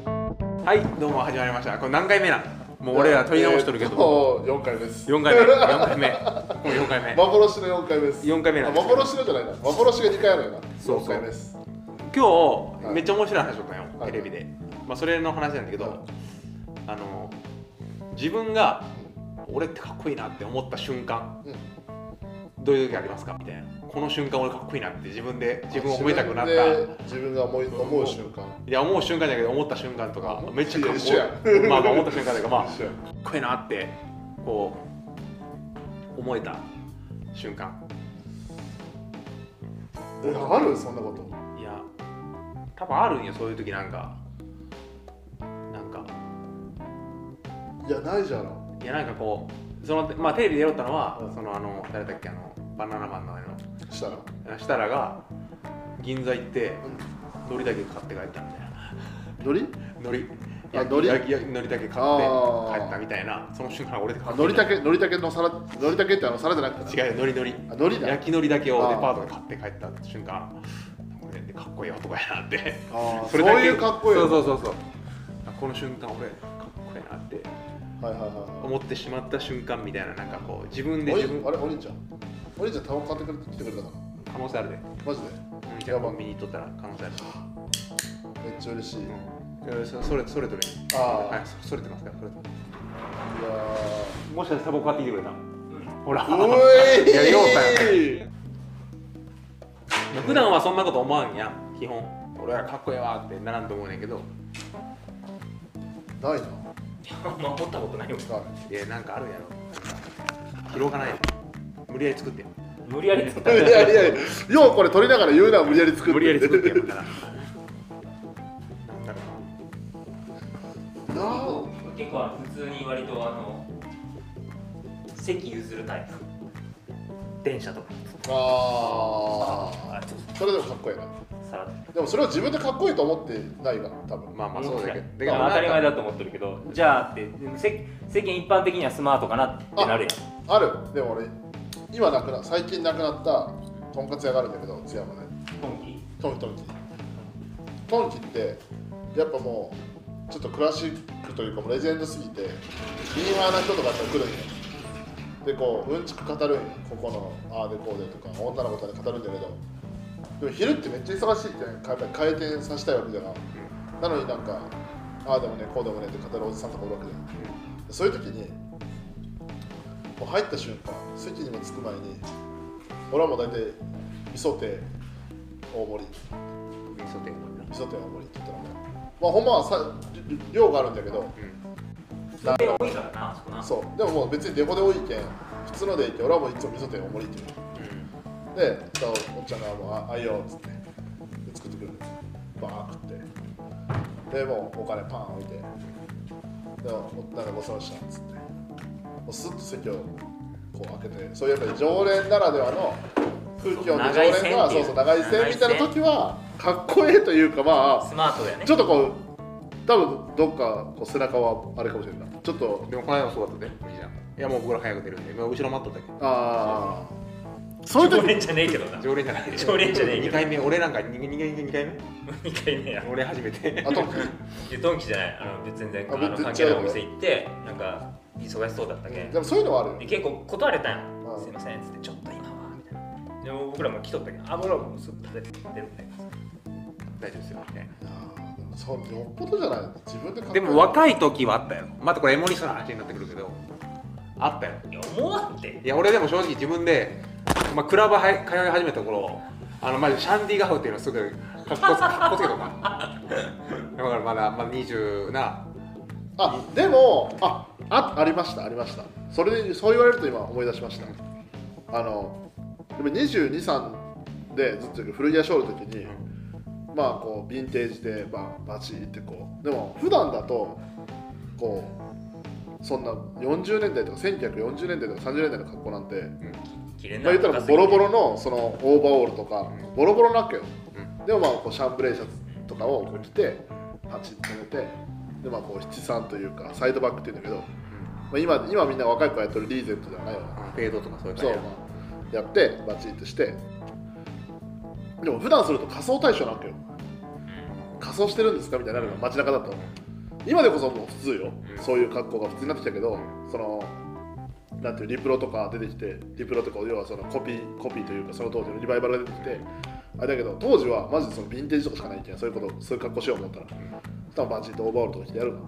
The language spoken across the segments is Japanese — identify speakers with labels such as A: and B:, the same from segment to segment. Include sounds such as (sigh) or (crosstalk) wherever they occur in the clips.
A: はいどうも始まりましたこれ何回目なんもう俺ら取り直しとるけ
B: えー
A: ど
B: と4回目です
A: 4回目4回目もう4回目
B: 幻の4回目です
A: 四回目なん
B: あ
A: ですけど
B: 幻のじゃないな幻が2回あるよな
A: そうそう
B: 4回目です
A: 今
B: は
A: 日
B: い
A: めっちゃ面白い話しとったんよ、
B: はい
A: テレビで、まあ、それの話なんだけど、
B: はい
A: あの自分が俺ってかっこいいなって思った瞬間、どういう時ありますかみたいなこの瞬間俺かっこいいなって自分で自分を褒めたくなった
B: 自分で自分が思い思う瞬間
A: いや思う瞬間だけど思った瞬間とかめっちゃかっこ
B: いや
A: いいまあまあ思った瞬間というかまあか
B: 一緒や
A: っこいいなってこう思えた瞬間
B: えあるそんなこと
A: いや多分あるんよそういう時なんかなんか
B: いやないじゃん
A: いやなんかこうそのまあテレビでやろったのは、
B: うん
A: そのあの誰だっけあのバナナマンのあの
B: したら、
A: 設楽が銀座行って
B: う、
A: 海苔だけ買って帰ったみたいなん
B: のり
A: 海苔
B: あ海苔
A: 焼き焼き海苔だけ買
B: あ
A: って
B: ー
A: 帰ったみたいなその瞬間俺って
B: あ
A: 買って
B: のりたけのりたけの皿のりたけってあの皿じゃなくて
A: 違うよ海苔海
B: あのり
A: 苔
B: だ
A: 焼き海苔だけを
B: あー
A: デパートで買って帰った瞬間俺ってかっこいい男やなって
B: あー
A: れだけ
B: そういうかっこいい
A: そうそうそうそうあこの瞬間俺かっこいいなって
B: はいはいは
A: 思ってしまった瞬間みたいななんかこう自分
B: い
A: で
B: お
A: 自
B: り
A: 分
B: あれおりんちゃんおりんちゃんタバコ買ってくれて来てくれたか
A: 可能性あるで
B: らマジで
A: じゃあコンビニ行っとったら可能性ある。
B: めっちゃ嬉しい、いや
A: うん、そそれそれとれ。
B: あー
A: はい、そそれてますから。それてます
B: ー
A: もしかしてタバコ買ってきてくれた。ほら。
B: おい
A: いやようさ普段はそんなこと思わんやん。基本。俺はかっこええわってならんと思うねんけど。
B: ないな
C: 守ったことないも
B: ない
C: ん
A: いやなんかあるやろ。なんか広がないやろ。無理やり作ってよ。
C: 無理やり作っ
B: い
C: た
B: やいやいや、ようこれ取りながら言うな、無理やり作って。
A: 無理やり作ってや
B: な
A: るから。なんだろ
B: あ、
C: 結構あの普通に割とあの席譲るタイプ電車とか
B: あ
C: あちょっ
B: ーそれでもかっこいいな。
C: とさらっと
B: でもそれを自分でかっこいいと思ってないから、多
A: う
B: 分。
A: まあまあそうだけど。だけど
C: まあ当たり前
A: だ。
C: だと思ってるけどじゃあってでも世世間一般的にはスマートかなってなるや
B: ある、でも俺、今なくな、最近なくなったとんかつ屋があるんだけど、津山ね。
C: んトンキ
B: トンキトンキ。トンキって、やっぱもう、ちょっとクラシックというか、もうレジェンドすぎて、ミーハーな人とかやっぱ来るんよ。で、こう、うんちく語るんよ。ここの、ああでこうでとか、女の子とかで語るんだけど。でも昼ってめっちゃ忙しいじゃんやっぱり回転させたいわけじゃない、なのになんかああでもねこうでもねって語るおじさんとかおるわけじゃん、そういう時にもう入った瞬間席にも着く前に俺はもう大体味噌亭大盛り
A: 味噌店。
B: 味噌亭大盛りって言ったらもうまあほんまはさり量があるんだけど
A: うん。
C: 店多いからなあそこな
B: そうでももう別にデコで多いけん普通のでいいけん俺はもういつも味噌亭大盛りって言うで、おっちゃんがもうあ、あいいよっつって、で作ってくれる。バーッ食って、で、もうお金パン置いて、で、おなんかごちそうさまでしたっつって、もうスッと席をこう開けて、そういうやっぱり常連ならではの空気をね、
C: そう
B: 常連が
C: 長い線ってい
B: そう
C: う
B: そう長い線みたいな時は、かっこええというか、ま
C: スマートやね
B: あ、ちょっとこう、多分どっかこう背中はあれかもしれんない。ちょっと、
A: でもこの間もそうだったで。いいじゃん。いやもう僕ら早く出るんで、今後ろ待っとったけど。
B: ああ、そういう
C: 常
B: 時
C: 連じゃねえけどな
A: 常連じゃないでしょ。
C: 常連じゃねえけど
A: 2回目、俺なんか2回目 ?2 回目
C: 2回目や
A: 俺初めて
B: あ。と、
C: でトンキじゃないあの全然
B: あ
C: あの
B: 全然
C: 関係ないお店行ってなんか忙しそうだったけん
B: でもそういうのはあるよ
C: で。結構断れたん
B: う
C: よ
B: ん
C: すいませんっつってちょっと今はみたいなでも僕らも来とったけどあ僕らもすぐ食べて出るみたいな
A: 大丈夫ですよ。みたいな。
B: いやーでもそうよっぽどじゃない自分で考え
A: でも若い時はあったよまたこれエモリストの話になってくるけどあったよ
C: いや思わんて
A: いや俺でも正直自分で、まあ、クラブは通い始めた頃あのまずシャンディガフっていうのすぐかっこつかっこつけとかだからまだ、まあ、20な
B: あでもああありましたありましたそれでそう言われると今思い出しましたあのでも22歳でずっと古着屋ショーの時に、まあこうヴィンテージでババチってこうでも普段だとこうそんな40年代とか1940年代とか30年代の格好なんて
C: 綺麗な
B: まあ言ったらボロボロのそのオーバーオールとか
A: うん
B: ボロボロなわけよ、
A: う
B: でもまあこうシャンブレーシャツとかをこう着てパチッと寝てでまあこう七三というかサイドバックって言うんだけど、まあ、今今みんな若い子がやってるリーゼントじゃないよな
A: フェードとかそういう
B: そ
A: 感
B: う
A: じや
B: まあやってバチッとしてでも普段すると仮装対象なわけよ仮装してるんですかみたいになるの街中だと今でこそもう普通よ、
A: うん
B: そういう格好が普通になってきたけど、
A: う
B: そのなんていうリプロとか出てきてリプロとか要はそのコピーコピーというかその当時のリバイバルが出てきてあれだけど当時はマジでそのヴィンテージとかしかないけんそういうことそういう格好しよう思ったら多分バンジーとオーバーオールとか着てやるわ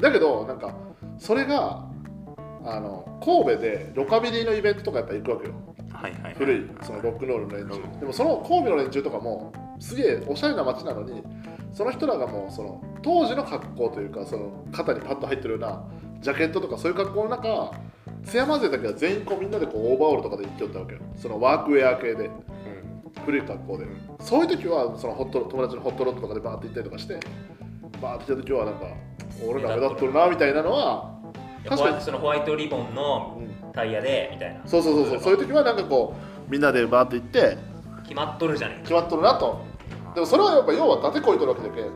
B: だけどなんかそれがあの神戸でロカビリーのイベントとかやっぱ行くわけよ
A: はいはいはい
B: 古いそのロックンロールの連中でもその神戸の連中とかもすげえおしゃれな街なのにその人らがもうその当時の格好というかその肩にパッと入ってるようなジャケットとかそういう格好の中津山勢だけは全員こうみんなでこうオーバーオールとかで行っておったわけよそのワークウェア系で古い格好でそういう時はそのホットロ友達のホットロットとかでバーって行ったりとかしてバーって行った時はなんか俺ら目立っとるなみたいなのは確
C: ホ
B: かに
C: ワイトそのホワイトリボンのタイヤでみたいな
B: そうそうそうそうそういう時はなんかこうみんなでバーって行って
C: 決まっとるじゃねえか
B: 決まっとるなとでもそれはやっぱ要は伊達こいとるわけじゃけん伊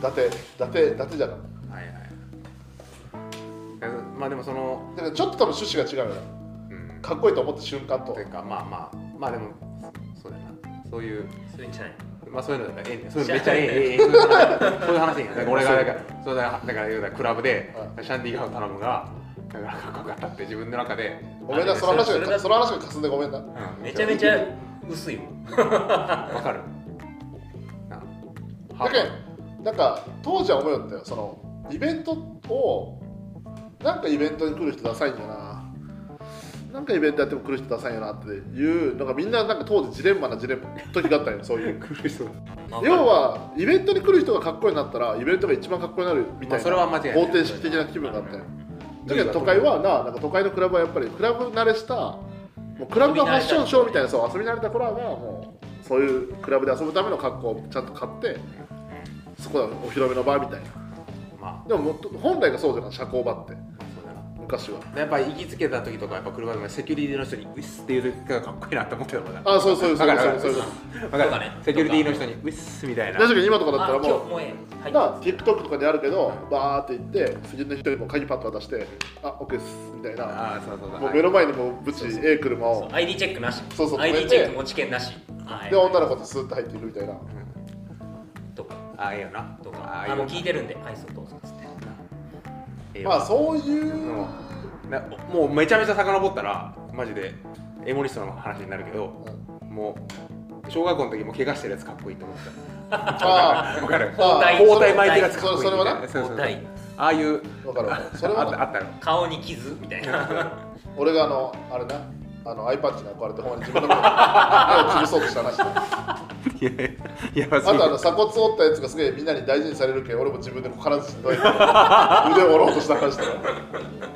B: 達伊達伊達じゃない
A: はいはいえまあでもその、
B: だからちょっと多分趣旨が違うよね
A: うん、
B: かっこいいと思った瞬間と
A: というかまあまあまあでもそそうだなそういう
C: そういうんじゃない
A: まあそういうのだからええねそういうのめっちゃええええええそういう話そういう
B: (laughs)
A: 話やんだから俺がだからそうだからだから言うたらクラブで
B: う
A: シャンディガーを頼むがだからかっこよかったって自分の中で
B: ごめんなその話
C: それ
B: が
C: だ
B: その話がかすんでごめんな
A: うん
C: めちゃめちゃ薄いよ
A: わかるな
B: だけんなんか当時は思うよったよそのイベントをなんかイベントに来る人ダサいんやななんかイベントやっても来る人ダサいよなっていうのがみんななんか当時ジレンマなジレンマ時があったんよそう
C: (laughs)
B: いう
A: 苦しそう
B: 要はイベントに来る人がかっこよくなったらイベントが一番かっこよくなるみ
A: ま
B: たいな
A: あそれは間違いない
B: 方程式的な気分があったよだけど都会はななんか都会のクラブはやっぱりクラブ慣れしたもうクラブがファッションショーみたいなそう遊び慣れた子らがもうそういうクラブで遊ぶための格好をちゃんと買ってそこはお披露目の場みたいな
A: ま
B: でももっと本来がそうじゃない社交場って
A: あそうだな
B: 昔は
A: やっぱ行きつけた時とかやっぱ車でもセキュリティの人にウィスっていう時がかっこいいなって思ってたもんな
B: あそうそうそうそう
A: わかるわか
B: そう
A: る
B: そうそう
A: わかる
C: とかね
A: セキュリティの人にウィスみたいな
B: 確かに今とかだった
C: あ
B: ら
C: 今日
B: もう
C: もうええはい
B: な TikTok とかであるけどバーって行って次の人にも鍵パッと渡して「あ OK です」みたいな
A: ああそうそうそう
B: もう
A: はい
B: 目の前にもうブチ
C: そうそう
B: A 車
C: そ
B: を
C: う ID チェックなし
B: そうそう
C: ID
B: 止め
C: チ
B: て
C: ェック持ち券なしはい
B: で女の子とスーッと入っていくみたいな
A: うん
C: とか
A: ああいいよな
C: と
A: あ
C: か
A: あいいよ
C: あもう聞いてるんではいそうどうぞっつって
A: ええよ
B: まあそうい
A: う
B: う
A: んなもうめちゃめちゃ遡ったらマジでエモリストの話になるけどもう小学校の時も怪我してるやつかっこいいと思って
B: あ
A: たわかる
B: あ
C: 包帯
A: 包帯巻いてるやつかっこいいみたいな
B: それ
A: そうそうそう
C: 包帯
A: ああいう
B: あ分かるわかるそ
A: あ
B: れ
A: ったあ
B: は
A: ったの
C: 顔に傷みたい
A: (laughs)
C: な
B: 俺があのあれなあのアイパッチに憧れてほんまに自分の
A: (laughs)
B: 目を目を潰そうとした話あ
A: いやいややばすぎ
B: と
A: る
B: あの鎖骨折ったやつがすげえみんなに大事にされるけん俺も自分でこう金槌でどいて (laughs) 腕を折ろうとした話だよ確かに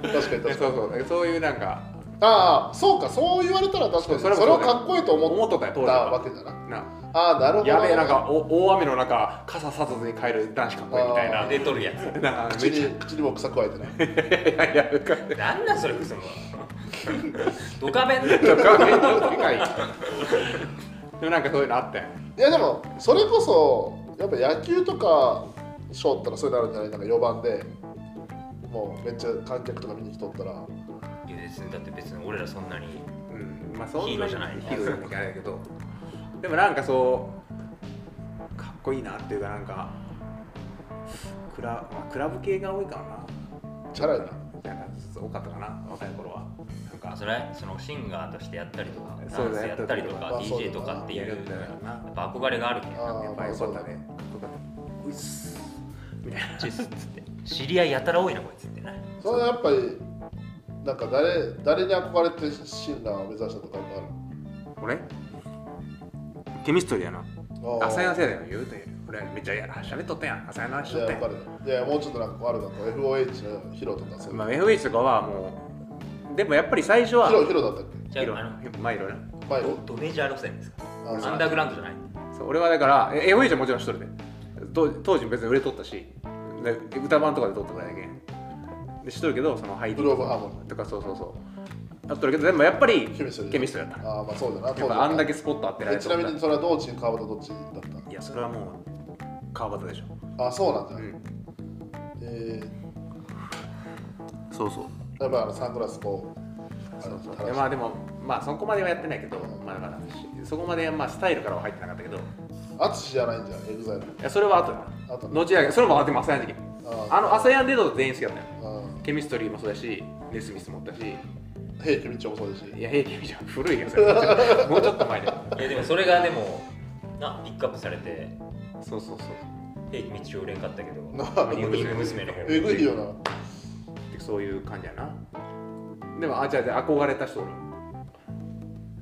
A: え
B: 確か
A: そ
B: に
A: うそうそういうなんか
B: ああそうかそう言われたら確かにそ
A: それ
B: れ
A: もそうだ
B: を
A: よ
B: かっこいいと思
A: 思
B: っ
A: っとったよ当時
B: た
A: は
B: わけだな
A: な
B: ああなるほど
A: やべえなんかお大雨の中傘ささずに帰る男子かっこいいみたいな
B: あ
C: 出とるやつ
A: な
B: 口に口にも草加えてない
A: いやいやか
C: なんなんそれクソもドカベン
A: とか勉強の世界でもなんかそういうのあったよ
B: いやでもそれこそやっぱ野球とかショーったらそういうのあるんじゃないなんか4番でもうめっちゃ観客とか見に来とったら
C: いや別にだって別に俺らそんなに
A: うんまあそんなに
C: ヒーローじゃない
A: ヒーローじゃないあれだけどでもなんかそうかっこいいなっていうかなんかクラ,、まあ、クラブ系が多いからな
B: チャラいな
A: なんか多かったかな若い頃はなん
C: あ
A: か
C: それそのシンガーとしてやったりとかダ
A: そう
C: ン
A: だ
C: ス
A: ね
C: やったりと
A: ま
C: か
B: あそうだ
C: DJ とかってい
A: や
C: う
A: るんだよな
C: やっぱ憧れがあるけど
B: あー
A: やっぱよかったねよかったうっすみたいな
C: チェスっつって知り合いやたら多いなこいつってね
B: それはやっぱりなんか誰誰に憧れて診断を目指したとかってある
A: 俺ケミストリーやな
B: あー
A: 朝やせやでも言うと俺めっちゃや喋っとったやん朝やの話し
B: い
A: とっ
B: や
A: たや
B: やっ
A: ん
B: ぱりいやもうちょっとなんかあるなこう FOH のヒロとかそういう
A: まあ FH とかはもうでもやっぱり最初は
B: ヒロヒロだったっ
C: じゃ
A: 色
C: ああの
A: マイロな
B: け前
C: ドドメジャー路線ですか
B: あそう
C: アンダーグラウンドじゃない
A: そう俺はだからえ FH はもちろん一人で当当時も別に売れとったしで歌番とかで撮ったからやけんでしとるけどそのハイデ
B: ブローブ
A: ィ
B: ハーモ
A: とかそうそうそうあっとるけどでもやっぱり
B: ニーケミストリー
A: ケミストリーやった
B: ああまあそうだな
A: やっぱあんだけ
B: 当
A: スポット当て
B: 時
A: ら
B: は
A: れ
B: え
A: て
B: ち
A: た
B: なみにそれはどっちに川端どっちだっ
A: いやそれはもう川端でしょ、
B: たあそうなん
A: う
B: だ、
A: ん、
B: えー
A: そうそう
B: やっぱあのサングラスこうあの垂らし
A: いやまあでもまあそこまではやってないけど、まあ、だからそこまでまあスタイルからは入ってなかったけどい
B: 淳じゃないんじゃんエグザイル
A: やそれは後だな
B: 後
A: 後やけどそれもあでも朝やの時
B: あ
A: あの朝やんでたと全員好きだったよ
B: あ
A: ケミストリーもそうだしネスミスもだしい
B: 平家道夫もそうですし
A: や平気じゃん古いやつだもうちょっと前で
C: いやでもそれがでもなピックアップされて
A: そうそうそう
C: 平気道を売れんかった
B: (laughs)
C: けど
B: な
C: モーニング娘。の方
B: えぐいよな
A: でそういう感じやなでもあじゃあじゃあ憧れた人おる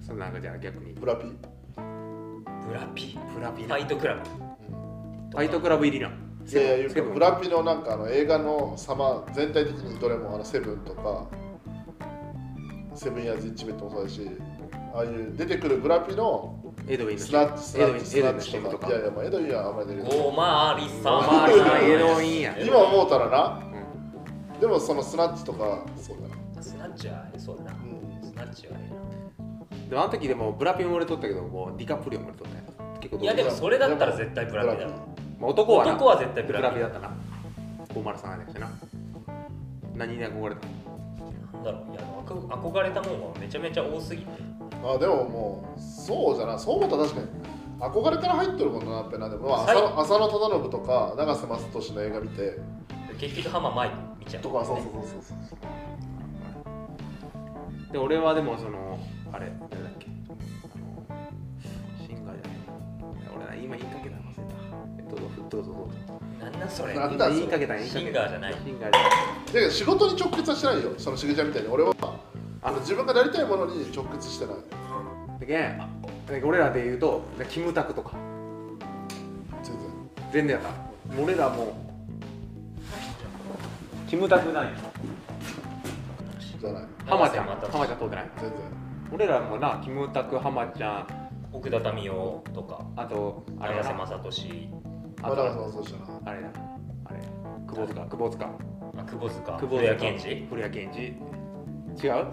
A: そのなんかじゃあ逆に
B: ブラピ
C: ブラピ
A: ブラピ
C: フ
A: な
C: ァイトクラブ
A: ファイトクラブ入りない
B: やいや言うけど
A: セブン
B: ブラピのなんかあの映画の様全体的にどれもあのセブンとかセブンやズイッチメットもそうだしああいう出てくるブラピの
A: エドウィンの
B: ス
A: シ
B: ナッチスナ
A: エドウィン
B: ッチ
A: エド
B: ス
A: ウ
B: ナ
A: ィン
B: ッ
A: の
B: チ
A: シム
B: と
A: と
B: か
A: か
B: いやいやまあエドウィンはあんまり出てない
C: おまりさ
A: おまわりさんエドウィンや
B: 今思うたらな
A: うん
B: でもそのスナッチとかそうだな
C: スナッチはそうだな
B: うん
C: スナッチはね
A: でもあの時でもブラピンも売れとったけどもうディカプリオも売れとったよ結構どう
C: いやでもそれだったら絶対ブラピだ
A: まあ男はな
C: 男は絶対ブラピ
A: だったな503やったしな何に憧れたの
C: なんだろういやあこ憧れたもんはめちゃめちゃ多すぎて
B: あでももうそうじゃなそう思ったら確かに憧れから入ってるもんなってなでも、まあ
C: はい
B: 浅野浅野忠信とか永瀬正敏の映画見て
C: 結局浜マイク見ちゃう
B: とかそうそうそうそうそう
A: で俺はでもそのあれ誰だっけあのシンガーじゃない俺な今言いかけたの忘れたえっとどうぞどうぞどうぞ
C: なんなんそれ
B: なんだそれ
A: 言いかけた言いかけた
C: シンガーじゃない
A: シンガーじゃない
B: だけど仕事に直結はしてないよそのしげちゃんみたいに俺は
A: あ
B: あの自分がなりたいものに直結してない
A: でけんで俺らで言うとキムタクとか
B: 全
A: 全
B: 然
A: 然やった俺らもうキムタクない
B: じゃない
A: 浜ちゃん
C: また
A: 浜ちゃん通ってない
B: 全然
A: 俺らもなキムタク浜ちゃん
C: 奥田民生とか
A: あとあれ
C: 綾
A: や
C: 瀬
A: な
C: 正俊
A: あ
B: まだ
A: と
B: そうそうしたな
A: あれだあれ久保塚久保塚
C: あ久保塚
A: 久保
C: 古谷健二
A: 古谷健二違う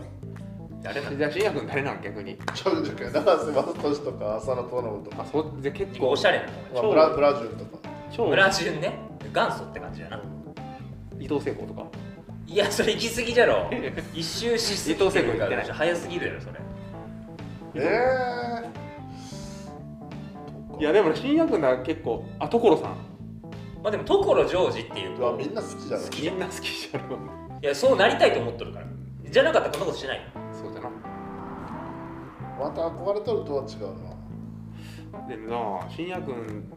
C: 誰だ
A: じゃあ信也君誰なん逆に
B: ちょうどじゃな永瀬正敏とか浅野忠信とか
A: あそじゃあ結構
C: おしゃれな
B: まあ
A: 超
B: ブラブラジルとか
A: 超
C: ブラジルね元祖って感じだな
A: 伊藤聖子とか
C: いやそれ行き過ぎじゃろ一周しすぎ
A: 伊藤聖子行ってない
C: 早すぎるやろそれ
B: ええ
A: いやでも信也君なら結構あ所さん
C: まあでも所ジョージってい
B: ー、
C: う
B: うわ
C: と
B: みんな好きじゃない
C: 好き
A: みんな好きじゃろ
C: いやそうなりたいと思っとるからじゃなかったらこんなことしない
A: そうじゃな
B: また憧れとるとは違うな
A: でもな信也君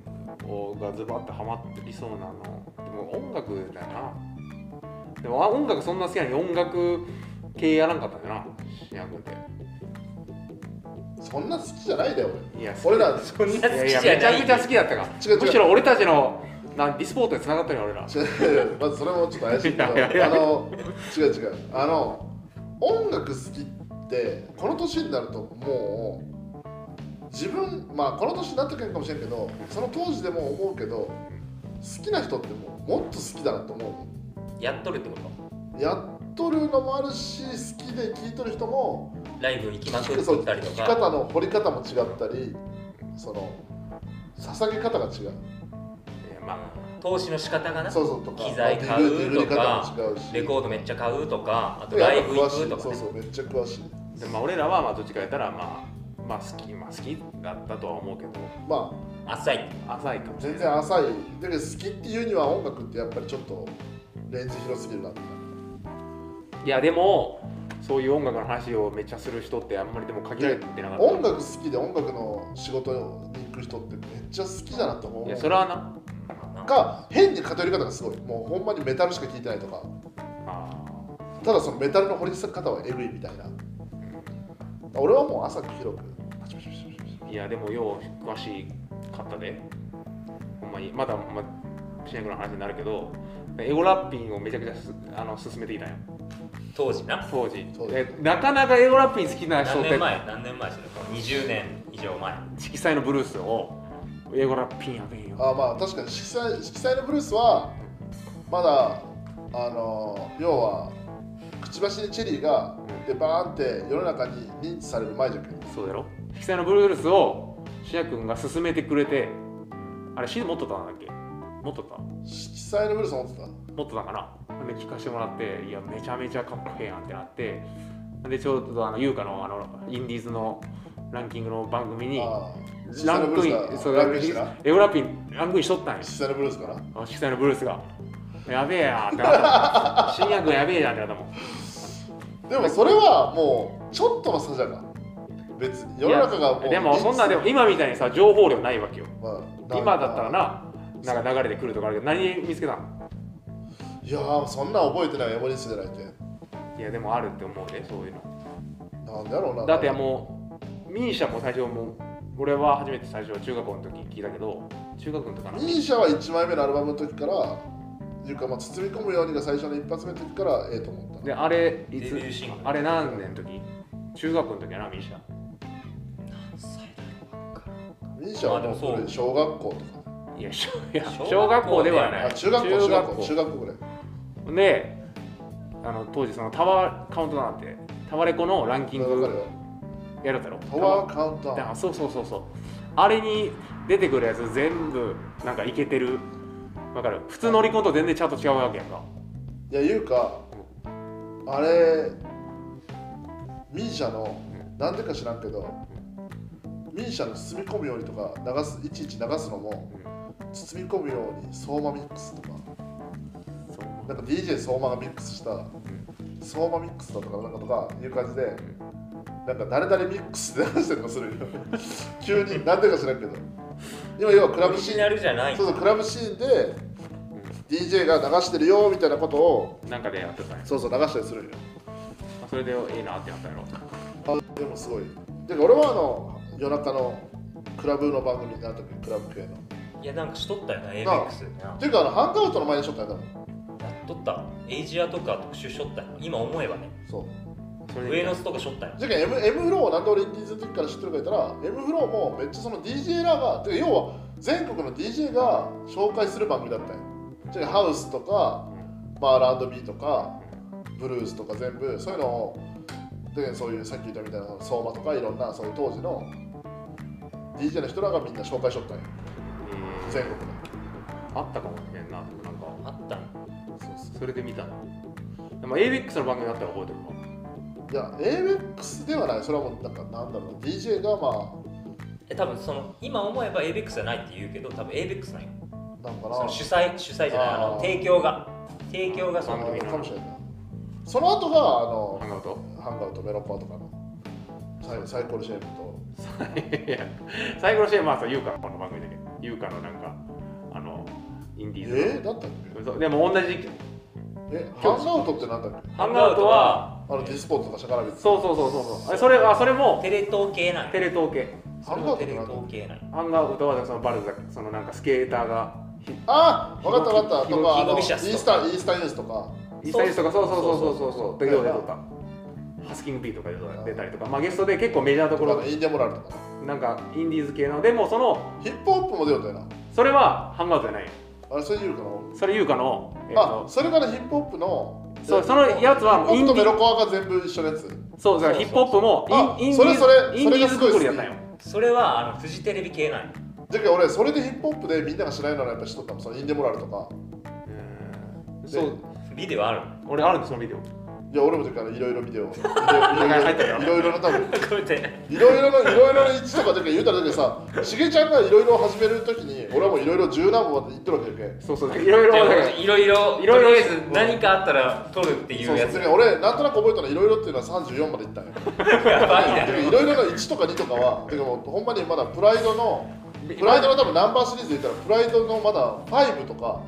A: をがズバッとハマってりそうなのでも音楽だよなでもあ音楽そんな好きなのに音楽系やらんかったんだな信也君って
B: そんな好きじゃないだよ
A: いや
B: 俺俺ら
C: そんな好きじゃない
A: いやいやめちゃくちゃ好きだったか
B: 違う違う
A: むしろ俺たちのなんディスポートに繋がったよ俺ら
B: 違う違う (laughs) まずそれもちょっと怪しいけど
A: いやいや
B: あの違う違うあの音楽好きってこの年になるともう自分まあこの年になってくるかもしれんけどその当時でも思うけど好きな人ってもうもっと好きだなと思
C: やっとるってこと
B: うやっとるのもあるし好きで聴いとる人も
C: ライブ行きまく
B: そう
C: ったりと
B: 聴き
C: か
B: 方の掘り方も違ったりその捧げ方が違う
A: いやま
C: 投資の仕方がな
B: そうそうとか
C: 機材買
B: ディ
C: う
B: グリディ
C: と
B: グリ方
C: か
B: も違うし
C: レコードめっちゃ買うとかあとライブ行くとか
B: そう
C: ね
B: そうめっちゃ詳しい
A: あでまあ俺らはまあどっちか言ったらまあまあ好きまあ好きだったとは思うけど
B: ま
C: 浅い
A: 浅いかも
B: あ全然浅いだけど好きっていうには音楽ってやっぱりちょっとレンジ広すぎるなって
A: いやでもそういう音楽の話をめっちゃする人ってあんまりでも限られてなかった
B: 音楽好きで音楽の仕事に行く人ってめっちゃ好きだなと思う
A: いやそれはな
B: か変に偏り方がすごいもうほんまにメタルしか聴いてないとか
A: あ
B: ただそのメタルの掘り下げ方はエグいみたいな俺はもう浅く広くパチパチパチパチパチ
A: ーいやでもよう詳しかったでほんまにまだほんまシネクの話になるけどエゴラッピンをめちゃくちゃすあの進めていたんよ
C: 当時な
A: 当時
B: そう
A: えなかなかエゴラッピン好きな人
C: 何
A: っ
C: 年
A: て
C: 前何年前それもう20年以上前
A: 色彩のブルースをエゴラッピンやべえよ
B: あまあ確かに色彩色彩のブルースはまだあの要はくちばしにチェリーがでバーンって世の中に認知される前じゃけ
A: そうだろ色彩のブルースをシア君が進めてくれてあれ CD 持っとったんだっけ持っとった
B: 色彩のブルース持ってた
A: 持ってたかなで聞かせてもらっていやめちゃめちゃかっこええやんってなってでちょうどあの優香のあのインディーズのランキングの番組に
B: あー色
A: ラ
B: 彩の
A: ン
B: ブル
A: クイ
B: ー
A: ン
B: ス
A: そう
B: がランクインしてな
A: エゴラッピンランクインしとったんよ
B: 色彩のブルースかな
A: あ色彩のブルースがやべえやってな
B: (laughs)
A: ったもん新薬やべえやってなったもん
B: でもそれはもうちょっとの差じゃない別に世の中がもう
A: でもそんなでも今みたいにさ情報量ないわけよ
B: まあ
A: 今だったらななんか流れてくるとかあるけど何見つけたの
B: いやーそんなん覚えてないエモリスじゃないって
A: いやでもあるって思うでそういうの
B: なんだろうな
A: だってもうミーシャも最初もう俺は初めて最初は中学校の時に聞いたけど中学の時かな
B: ミーシャは1枚目のアルバムの時からいうかまあ包み込むようにが最初の一発目の時からええと思った
A: であれい
C: デビ
A: つ
C: ューシングル
A: あれ何年の時中学の時やなミーシャ
B: ミーシャはもうそれ小学校とか
A: いや小いや
C: 小学校
A: 小学校ではな
B: あ
A: い
B: 中学校中学校中学校ぐらい
A: であの当時そのタワーカウントダウンってタワレコのランキン
B: わかる
A: グ
B: よ
A: やるだろ
B: タワーカウント
A: だ
B: ダ
A: そうそうそうそうあれに出てくるやつ全部なんかいけてるわかる普通のオリコンと全然ちゃんと違うわけやんか
B: ウンいやいうかあれミーシャのなんでか知らんけどミーシャの包み込むようにとか流すいちいち流すのも包み込むように相馬ミックスとか
A: そう
B: なんか DJ 相馬がミックスした相馬ミックスだとかなんかとかいう感じでなんか誰々ミックスで流したりもするよ (laughs) 急になんでか知らんけど今要はクラ
C: オ
B: ブ
C: リ
B: シ
C: ジナ
B: ーン
C: ルじゃない
B: そうそうクラブシーンで DJ が流してるよみたいなことを
A: なんかでやってたんや
B: そうそう流したりするよ
A: それでええなってなったやろ
B: あでもすごいてか俺はあの夜中のクラブの番組になった時クラブ系の
C: いやなんかしとったよな ABEX な
B: っていうかあのハンガーウットの前にしょったんだもん
C: やっとったエイジアとか特集しとったよ今思えばね
B: そう
A: そ
C: ウエ
A: れ
C: ノ
A: で
C: スとかしょったよ
B: じゃけん M, M フローをなんで俺インディーズの時から知ってるか言ったら M フローもめっちゃその DJ らがてか要は全国の DJ が紹介する番組だったんよじゃけんハウスとか、まあ、R&B とかブルースとか全部そういうのをでそういうさっき言ったみたいな相馬とかいろんなそういう当時の DJ の人らがみんな紹介しとったんよ
A: え
B: 全
A: ー
B: 国で
A: あったかもしれんなってなんか
C: あったん
B: そうそう
A: それで見たのでも ABEX の番組だったら覚えてるの
B: いや AMX ではないそれはもうなんかなんだろうな DJ がま
C: え多分その今思えば ABEX じゃないって言うけど多分 ABEX なんよ
B: あなんか
C: そ
B: な
C: の主催主催じゃないあ
B: あ
C: の
B: ー
C: 提供が提供がその
A: 番組
B: あ
A: な
B: かもしれないその後があの
A: ハンガウト
B: ハンガウト、メロコアとかのサイサイコロシェーブと、 (laughs)
A: いや最後のシーンはまあそう優香の番組だけど優香のなんかあのインディ
B: え
A: ーズ
B: ー、だったっけ
A: のそうでも同じ時期
B: え、ハンガウトってなんだっけ
A: ハンガウトは
B: あのディスポーツとかシャカラビッツ。
A: そうそうそうそうそうあそれあそれも
C: テレ東系なんよ
A: テレ東系
C: それもテレ東系なんよ
A: ハンガウトはそのバルザそのなんかスケーターがひ
B: あわかったわかった。
C: ヒロ
B: とか、
C: ヒ
B: あ
C: ロ
B: の
C: ミ
B: イー
C: シャスとか
B: スター、イースターニュースとか。
A: イースタイリストとかそうそうそうそうそうそう
B: そう
A: でようでとかハスキングビーとかで出たりとかまあゲストで結構メジャーなと
B: と
A: こ
B: か
A: ろ
B: のインディアモラルとか。
A: なんかインディーズ系のでもその
B: ヒップホップも出ようとやな。
A: それはハンガウトじゃないよ
B: あれ、それ言うかな。
A: それ優香のえっ
B: あ、
A: と
B: それからヒップホップの。
A: そうそのやつは
B: ヒップホップと
A: インディ
B: メロコアが全部一緒のやつ。
A: そうだからヒップホップもインインデ
B: そ
A: ィ
B: れそ
A: ーズ
B: れ
A: インディーズ
B: それがすごい
A: 作
B: 好
A: り
B: き
A: やったんよ
C: それはあのフジテレビ系なんよ
B: じゃけ俺、それでヒップホップでみんなが知らないのはやっぱ知っとったもん。そのインディアモラルとか。
A: うんそう
C: ビデ
B: (laughs)
C: オあるの
A: 俺あるんですそのビデオ
B: いや、俺もだからいろいろビデオ。い
A: (laughs) 入ったよ
B: ろいろな多分。
C: これで
B: いろいろないろいろの位置とかだけ言うたらだけさ、しげちゃんがいろいろ始めるときに、俺はもういろいろ十何本まで言ってるわけやけ。
A: そうそういろいろだから
C: いろいろ
A: いろいろ
C: とりあえず何かあったら撮るってい
B: そうう
C: や
B: で
C: つ
B: すね。俺なんとなく覚えたのいろいろっていうのは三十四までいったんよ。
C: やばい
B: だ
C: な
B: けどいろいろの一とか二とかは、だけどもうほんまにまだプライドのプライドの多分ナンバーシリーズで言ったらプライドのまだファイブとか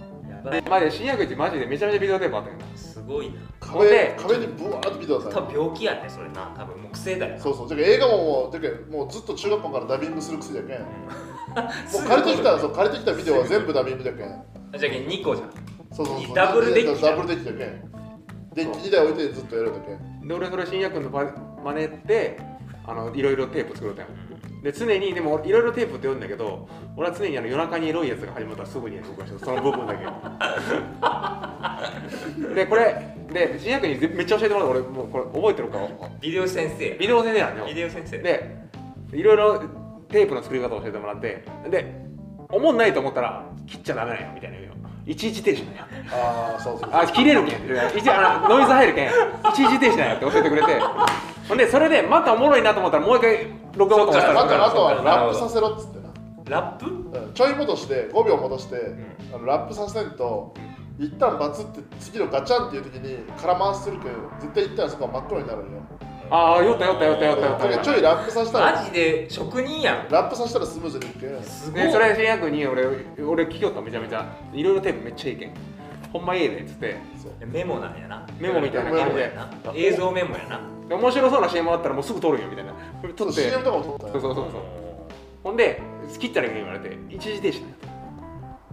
C: やばい
A: まあで新薬ってマジでめちゃめちゃビデオテープあったんよ
C: すごいな
A: ほんで
B: 壁壁にブワーってビデオされ
C: 多
B: る。
C: 分病気やねそれな多分木星だよ
B: そうそう。だけど映画ももうだけどもうずっと中学校からダビングする癖じゃけん。もう借りてきたそう借りてきたビデオは全部ダビングじゃけん。
C: あじゃあ2個じゃん
B: そうそうそう。
C: ダブルデッキじゃん
B: ダブルデッキじゃけん。デッキ2台置いてずっとやるだけん。
A: で俺それ新薬のば真似ってあのいろいろテープ作ろうたんよで常にでもいろいろテープって読んだけど俺は常にあの夜中にエロいやつが始まったらすぐに録画してその部分だけでこれで新薬にぜめっちゃ教えてもらった俺もうこれ覚えてるから
C: ビデオ先生
A: ビデオ先生なんよ
C: ビデオ先生
A: でいろいろテープの作り方を教えてもらってで思んないと思ったら切っちゃダメなんよみたいな言うよいちいち停止なんや
B: ああ、そうそうそう。
A: あ切れるけんいちあのノイズ入るけんいちいち停止なんやって教えてくれてほんでそれでまたおもろいなと思ったらもう一回録音ボタン
C: そっ
A: 押し
B: あ
A: た
B: と
A: ら
B: あとはラップさせろっつってな。
C: ラップ
B: うんちょい戻して5秒戻して、あのラップさせんと一旦バツって次のガチャンっていう時に空回しするけど絶対一旦そこは真っ黒になるんよ
A: ああ酔った酔った酔った酔った酔
B: だ
A: った
B: か
A: 酔
B: ら
A: っ
B: ちょいラップさせたら
C: マジで職人やん
B: ラップさせたらスムーズにいくけん
C: すごい
A: でそれ新薬に俺俺聞きよっためちゃめちゃいろいろテープめっちゃいいけんほんまええでっつって
B: そう
C: メモなんやな
A: メモみたいな感じで
C: メモやな映像メモやな
A: で面白そうな CM あったらもうすぐ撮るんよみたいなこれ撮って
B: CM とかも撮った
A: そう
B: よ
A: そうそうそうほんで切ったらいいよ言われて一時停止なんよ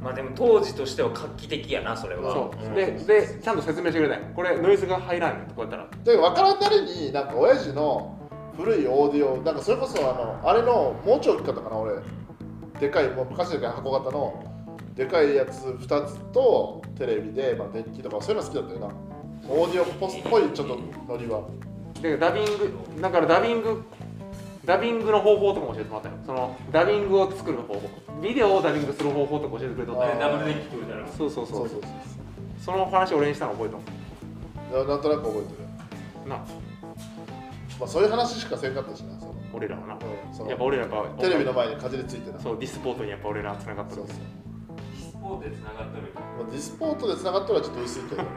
C: まあでも当時としては画期的やなそれは
A: そう
B: うん
A: ででちゃんと説明してくれたんよこれノイズが入らんよってこうやったら
B: で分からんなりになんか親父の古いオーディオなんかそれこそあのあれのもうちょい大きかったかな俺でかいもう昔でかい箱型のでかいやつ2つとテレビで、まあ、電気とかそういうの好きだったよなオーディオポスっぽいちょっとノリは
A: でダビングだからダビングダビングの方法とかも教えてもらったよそのダビングを作る方法ビデオをダビングする方法とか教えてくれとった
B: あ
A: よ
B: ー
C: ダブルデッキ取れたら
A: そうそう
B: そ
A: そうう
B: そ
A: そうう
B: そう
A: その話俺にしたの覚えとん
B: ななんとなく覚えてる、
A: な
B: まあ、そういう話しかせんかったしなその、
A: 俺らはな
B: うん、そ
A: やっぱ
B: の
A: 俺らやっぱ
B: テレビの前にかじりついてなそ
A: そ
B: う
A: うディスポートにやっぱ俺ら繋がった
B: そう
C: スポーツで繋がってる
B: まあディスポートでつながったらちょっと薄いけどでも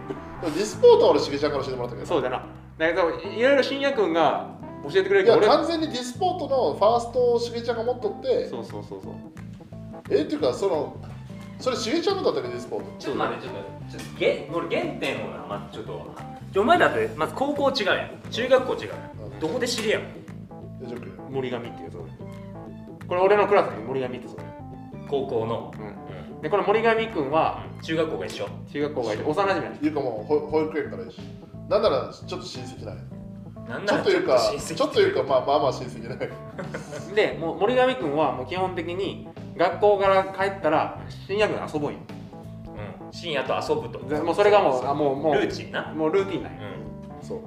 B: ディスポートは俺しげちゃんから教えてもらったけど
A: そうだなだけどいろいろ信也君が教えてくれる
B: い
A: けど
B: や
A: 俺
B: 完全にディスポートのファーストをしげちゃんが持っとって
A: そうそうそうそう
B: えっていうかそのそれしげちゃんのだったっけディスポート
C: ちょっと待ってちょっとちょっとげ俺原点をなまずちょっとちょお前だってまず高校違うやん中学校違うや
B: うん
C: んどこで知り合う
B: でジョッキー
A: 森神っていうぞこれ俺のクラスに森神ってぞ
C: の高校の、
A: うんでこの森神君は
C: 中学校が一緒
A: 中学校がいて幼馴染やね
B: いうかもう保保育園からいいしなんならちょっと親戚ない
C: なん
B: ち
C: な
B: ょっ
C: ら
B: というか
C: 親
B: ち
C: 戚
B: ょっというかまあまあまあ親戚ない
A: でもう森上君はもう基本的に学校から帰ったら新薬で遊ぼんよ
C: うん、深夜と遊ぶと
A: でもうそれがもうあもうもう
C: ルーチンな
A: もうルーティンなん
C: う
A: よ
C: ん
B: そう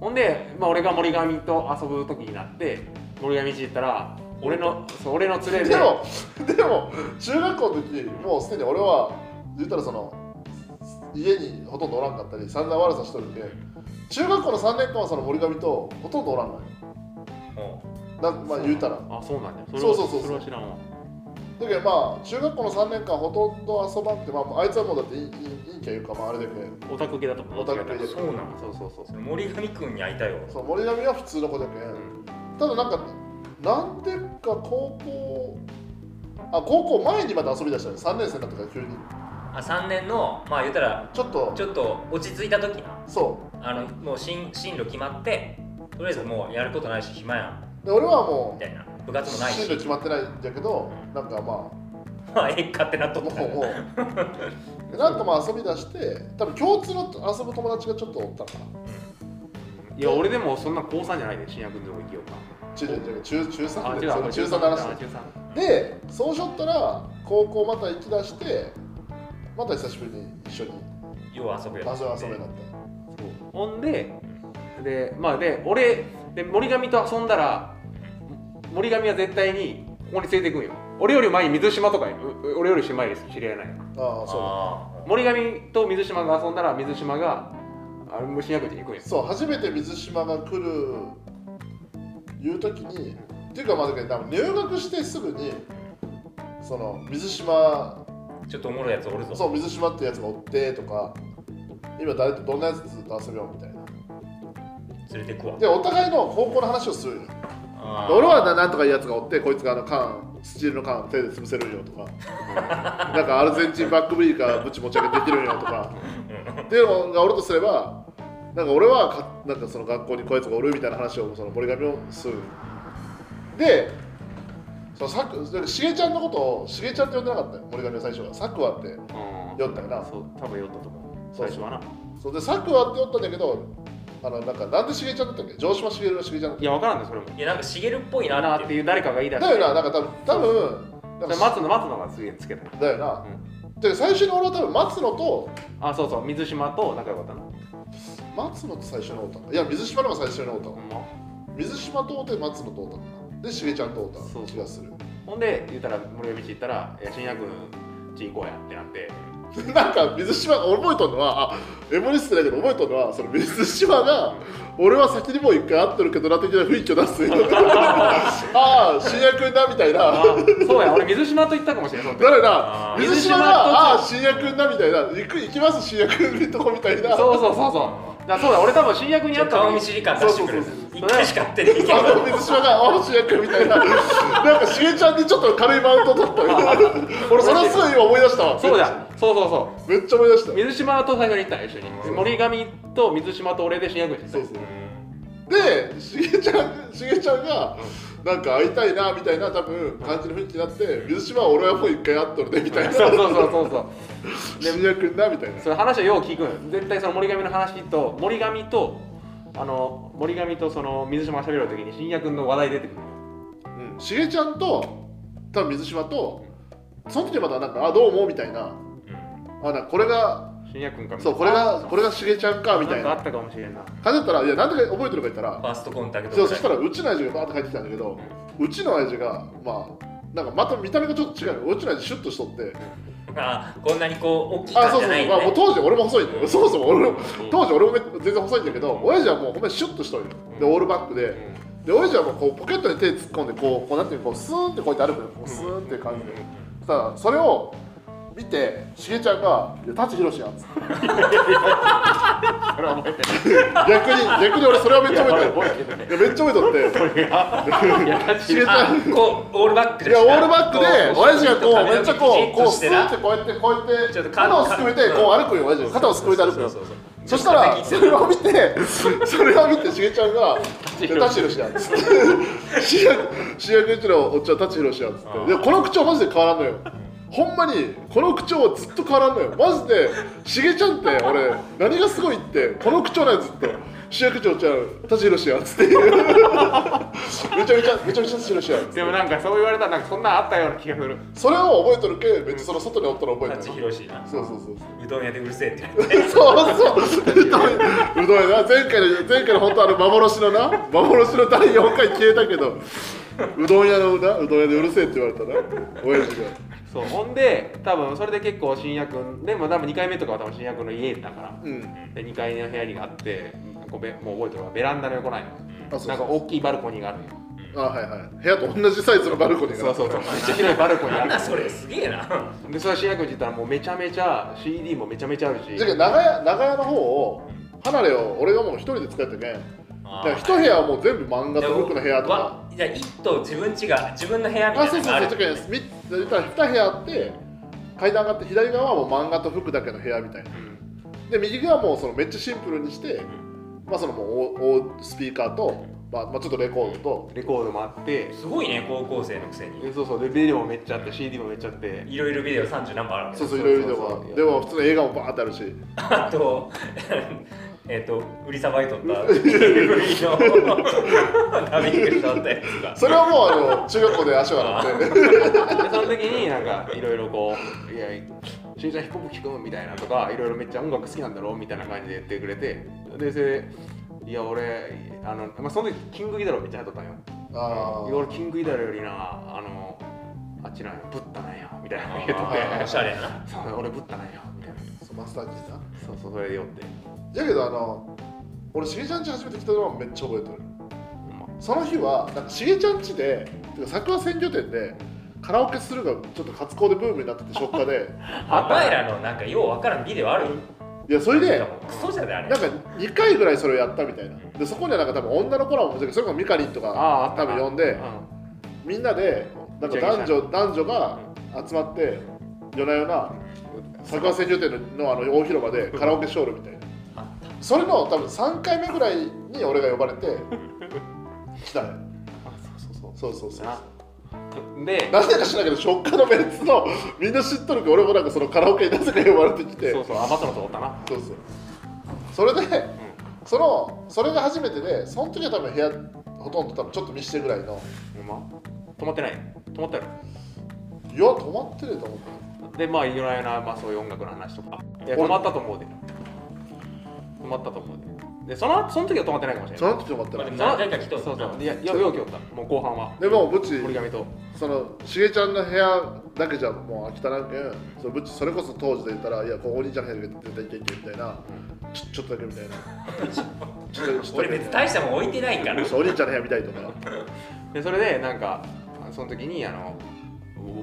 A: ほんで、まあ、俺が森上と遊ぶ時になって森上家行ったら俺のそう俺の連れで
B: でもでも中学校の時もうすでに俺は言ったらその家にほとんどおらんかったり散々悪さしとるけ中学校の3年間はその森上とほとんどおらんのよ
C: う、
B: なんまあ言うたら
A: あそうなんだれは
B: そうそうそうそう
A: れは知らんわ
B: だけどまあ中学校の3年間ほとんど遊ばんくて、まあ、あいつはもうだっていいいいいいんきゃいうかまああれだけど
A: オタク系だと思う
B: オタク系で
A: そうなんそうそうそうん
C: 森上くんに会いたいよ
B: そう森上は普通の子だけんただなんかなんでか高校あ高校前にまた遊び出したの3年生になってから急に
C: あ3年のまあ言ったら
B: ちょっと
C: ちょっと落ち着いた時な
B: そ
C: あのもう進進路決まってとりあえずもうやることないし暇やん
B: うで俺は
C: み
B: も
C: たいな部
B: う
C: 活もない
B: 進路
C: し
B: 決まってないんだけどなんかまあ
C: まあええかってなっと
B: も
C: っ
B: う
C: たよ
B: もうなんかまあ遊び出して多分共通の遊ぶ友達がちょっとおったのかな
A: うんいや俺でもそんな高3じゃないで新薬のとこ行きようか
B: 中中中中
A: あ
B: 3
A: 違う
B: でその中3の話
A: あ中3
B: でそうしょったら高校また行きだしてまた久しぶりに一緒に
C: よう遊ぶ
B: 遊
C: よ
B: び遊びになって
A: そうほんででまあで俺で森上と遊んだら森上は絶対にここに連れてくんよ俺より前に水島とかうう俺より島より知り合いない
B: ああそ
C: あ
A: 森上と水島が遊んだら水島があれ虫薬に行くんよ
B: うそう初めて水島が来るいう時にっていうかまあだけど多分入学してすぐにその水島
C: あちょっとおもろいやつおるぞ
B: そう水島ってやつがおってとか今誰とどんなやつと遊びようみたいな
C: 連れてくわ
B: でお互いの高校の話をするよ
C: あー
B: 俺はななんとかいうやつがおってこいつがあの缶スチールの缶手で潰せるんよとかなんかアルゼンチンバックブリーカーぶち持ち上げできるんよとかっていうのが俺とすればなんか俺はかなんかその学校にこいつがおるみたいな話をその森上をするでそのさくなんかしげちゃんのことをしげちゃんって呼んでなかったよ森上は最初はさくわって
A: うん
B: 酔ったよな
A: そう多分酔ったと思う
B: そう
A: 最初はな
B: そうでさくわって呼ったんだけどあのなんかなんでしげちゃんだったっけ城島茂のしげちゃんだっ
A: いや分からんねそれも
C: いやなんかしげるっぽい
A: だ
C: な
A: な
C: っ
A: ってて
C: いう
A: いう誰かが言い出
B: た
A: し
B: だ
A: て
B: よななんか多分多分な
A: それ
B: んか
A: 松野松野が次につけたよ
B: だよな
A: うん
B: で最初に俺は多分松野と
A: あそうそう水島と仲良かったな
B: 松野と最初に会うたんだいや水島の方が最初に会うた
A: ほ
B: わ
A: んま
B: 水島と会うて松野と会うたんだでしげちゃんと会うた気がする (laughs)
A: ほんで言ったら森上道行ったら「いや新也君っち行こうやってなって
B: なんか水島が覚えとんのはあエモリストだけど覚えとんのはその水島が俺は先にもう一回会っとるけどな的な雰囲気を
A: (laughs)
B: 出すああ新役だみたい
A: あ
B: な
A: そうや俺水島と行ったかもしれない
B: 誰だ
A: あー
B: 水島
A: 水島と
B: がああ新役だみたいな行く行きます新役のとこみたいな
A: そうそうそうそうだからそうだ俺多分新役にあった
C: 顔見
A: 時
C: 知り感出してくる
A: そうそうそう
C: 一回しかってでいけ
B: あ
C: ば
B: の水島が「ああ主役」みた (laughs) いななんかしげちゃんにちょっと軽いマウント取ったよ (laughs) 俺それすごい今思い出したわ
A: そうだそうそうそ
B: めっちゃ思い出した
A: う水島と最初に行ったの一緒に
B: そう
A: 森上と水島と俺で新役に行った
B: そうそうでしげちゃんしげちゃんがなんか会いたいなみたいな多分感じの雰囲気になって水島は俺はもう一回会っとるねみたいな
A: そうそうそうそうそう
B: 主役だみたいな
A: それ話はよう聞くんよ絶対その森上の話と森上とあの森上とその水島が喋る時に新役の話題出てくる
B: うんしげちゃんと多分水島とその時またなんか「あどうも」みたいな「あなんかこれが
A: 新役君かみたいな
B: そうこれがこれがしげちゃんか」みたい
A: んかあ
B: な
A: ったかもしれん (laughs) な
B: 感じだったら「いやなんで覚えてるか」言ったら
C: ファーストコンタクト
B: そう
C: ぐ
B: そ
C: らい
B: したらうちの親父がバーって帰ってきたんだけどうちの親父がまあなんかまた見た目がちょっと違うのうちの親父シュッとしとって
C: あこんなにこう大きい
B: あそ
C: 感
B: うそ
C: じ
B: う
C: じ
B: そ
C: ゃな
B: う、
C: い
B: まあ、もう
C: ね
B: 当時俺も細いんだよそもそも俺
A: う
B: も
A: ん
B: 当時俺も全然細いんだけど親父はもうほんまにシュッとしとるよでオールバックでで親父はもうこうポケットに手突っ込んでこうこうなんていうのこうスーンってこうやって歩くのよこうスーンっていう感じでそしたらそれを見てしげちゃんが「いや舘ひろしやん」っつって
A: それは覚えて
B: 逆に逆に俺それはめっちゃ覚えて
A: 覚えてない
B: るいやめっちゃ覚えとって
A: ないいや確か
B: しげ
A: に
B: ちゃん
C: あこうオールバック
B: い
C: で
B: や
C: し
B: オ
C: た
B: ールバックで親父がこうめっちゃこうこうス
C: じ
B: ー
C: っと
B: ッ
C: してて
B: こうやってこうやって
C: ちょっとか
B: 肩をすくめてこう歩くよ親父が肩をすくめて歩くよ
C: そうそう
B: そ
C: そう
B: したらそれを見て
C: (laughs)
B: それを見てしげちゃんが「いや舘ひろしや」っつって「 (laughs) 主役主役うちのおっちゃん舘ひろしや」っつってでこの口調マジで変わらんのよほんまにこの口調ずっと変わらんのよマジでしげちゃんって俺何がすごいってこの口調なんよずっと主役長ちゃん舘ひろしやっつってめちゃ (laughs) めちゃめちゃめちゃ舘ひろしやっつって
A: でもなんかそう言われたらなんかそんなんあったような気がする
B: それを覚えとるけ別にその外におったら覚えてない
C: 舘ひろしな
B: そうそうそう
C: うどん屋でうるせえって言われ
B: そ
C: て
B: うそうそううどんうどんやな前回の前回の本当あの幻のな幻の第4回消えたけどうどん屋のなうどん屋でうるせえって言われたな親父が
A: そうほんで多分それで結構新役でも多分2回目とかは多分新役の家だから
B: うん
A: で2階の部屋にあってごめんもう覚えてるわベランダの横ないの
B: あそう
A: なんか大きいバルコニーがあるのよ
B: あはいはい部屋と同じサイズのバルコニーが
A: そうそうそうめっちゃ広いバルコニー
C: (laughs) なん (laughs)
A: があ
C: だ
A: る
C: それすげえな
A: でそれ新薬に行ったらもうめちゃめちゃ CD もめちゃめちゃあるし
B: じゃけ長屋長屋の方を離れを俺がもう一人で使えてねだから一部屋はもう全部漫画と僕の部屋とか
C: わじゃあ一棟自分家が自分の部屋みた
B: あ
C: いな
B: そう
C: の
B: そう
C: があ
B: そ
C: る
B: う、違うみ言ったら2部屋あって階段上がって左側はもう漫画と服だけの部屋みたいな
A: うん
B: で右側もそのめっちゃシンプルにして、まあそのもうおおスピーカーと、まあ、まあちょっとレコード
A: レコードもあって
C: すごいね高校生のくせに
A: でそうそうでビデオもめっちゃあって CD もめっちゃあって
C: いろいろビデオ30何本あるわ
B: と
C: け
B: そう
C: です
B: そうい
A: そう
B: ろ
A: そうそ
B: いろ
A: う
B: とかでも普通の映画もバーってあるし
C: あと (laughs) えっと売りさばいとった (laughs) DVD のダビングしとったやつが
B: それはもうあの中学校で足を洗って
A: でその時になんかいろいろこう「いやしんちゃんヒップホップ聴く?」みたいなとかいろいろめっちゃ音楽好きなんだろみたいな感じで言ってくれてでそれで「いや俺あの、まあ、その時キングギドラめっちゃ流行っとったんよ」
B: あ
A: いや俺キングイダルよりなあのあっちなんやブッダなんやみたいなの言うと
B: あー
C: おしゃれやな
A: ってそう俺ブッダなんやみたいな
B: ーそうマスターキーな
A: そうそうそれで酔って
B: だけどあの俺しげちゃん家初めて来たのはめっちゃ覚えてる
A: ほんま
B: その日はなんかしげちゃん家でてか桜鮮魚店でカラオケするがちょっと活行でブームになっててショッカ
A: (laughs)
B: ーで
C: お前らのなんかようわからんビデオある
B: いやそれで
C: クソじゃであれ
B: なんか2回ぐらいそれをやったみたいなでそこにはなんか多分女の子らもそれこそミカリンと
A: ああ
B: か
A: あ
B: 多分呼んでみんなでなんか男女男女が集まって夜な夜な桜鮮魚店のあの大広場でカラオケショールみたいな
C: あっ
B: それの多分3回目ぐらいに俺が呼ばれて来たね
A: あそうそう
B: そうそう
A: そ
B: そうう
A: なで
B: なぜか知らんけど、ショッカーのメンツの (laughs) みんな知っとるけど、俺もなんかそのカラオケになぜか呼ばれてきて、
A: そ
B: そうう
A: そうあバトのとおったな
B: そうそれで、そのそれが初めてで、その時は多分部屋、ほとんど多分ちょっと見してぐらいの、
A: ほんま止まってない止まってる
B: いや、止まってると思って、
A: でまあいろいろな、まあ、そういう音楽の話とかいや止まったと思うで止まったと思うででそのその時は止まってないかもしれ
B: そ
A: ない
B: の時止まって
C: まあ
B: な
C: で
B: い
C: も何回か来とる
A: そうそうういやよよう来よったもう後半は
B: でもブチ
A: 折り紙と
B: そのしげちゃんの部屋だけじゃもう飽きたらんけんそのブチそれこそ当時で言ったらいやこうお兄ちゃんの部屋で絶対行けんけんみたいなちょちょっとだけみたいなちょっとちょっとだ
C: 俺
B: けみ
C: 別に
B: たい
C: 大したもん置いてないから
B: なそうお兄ちゃんの部屋見たいとか
A: でそれでなんかその時にあの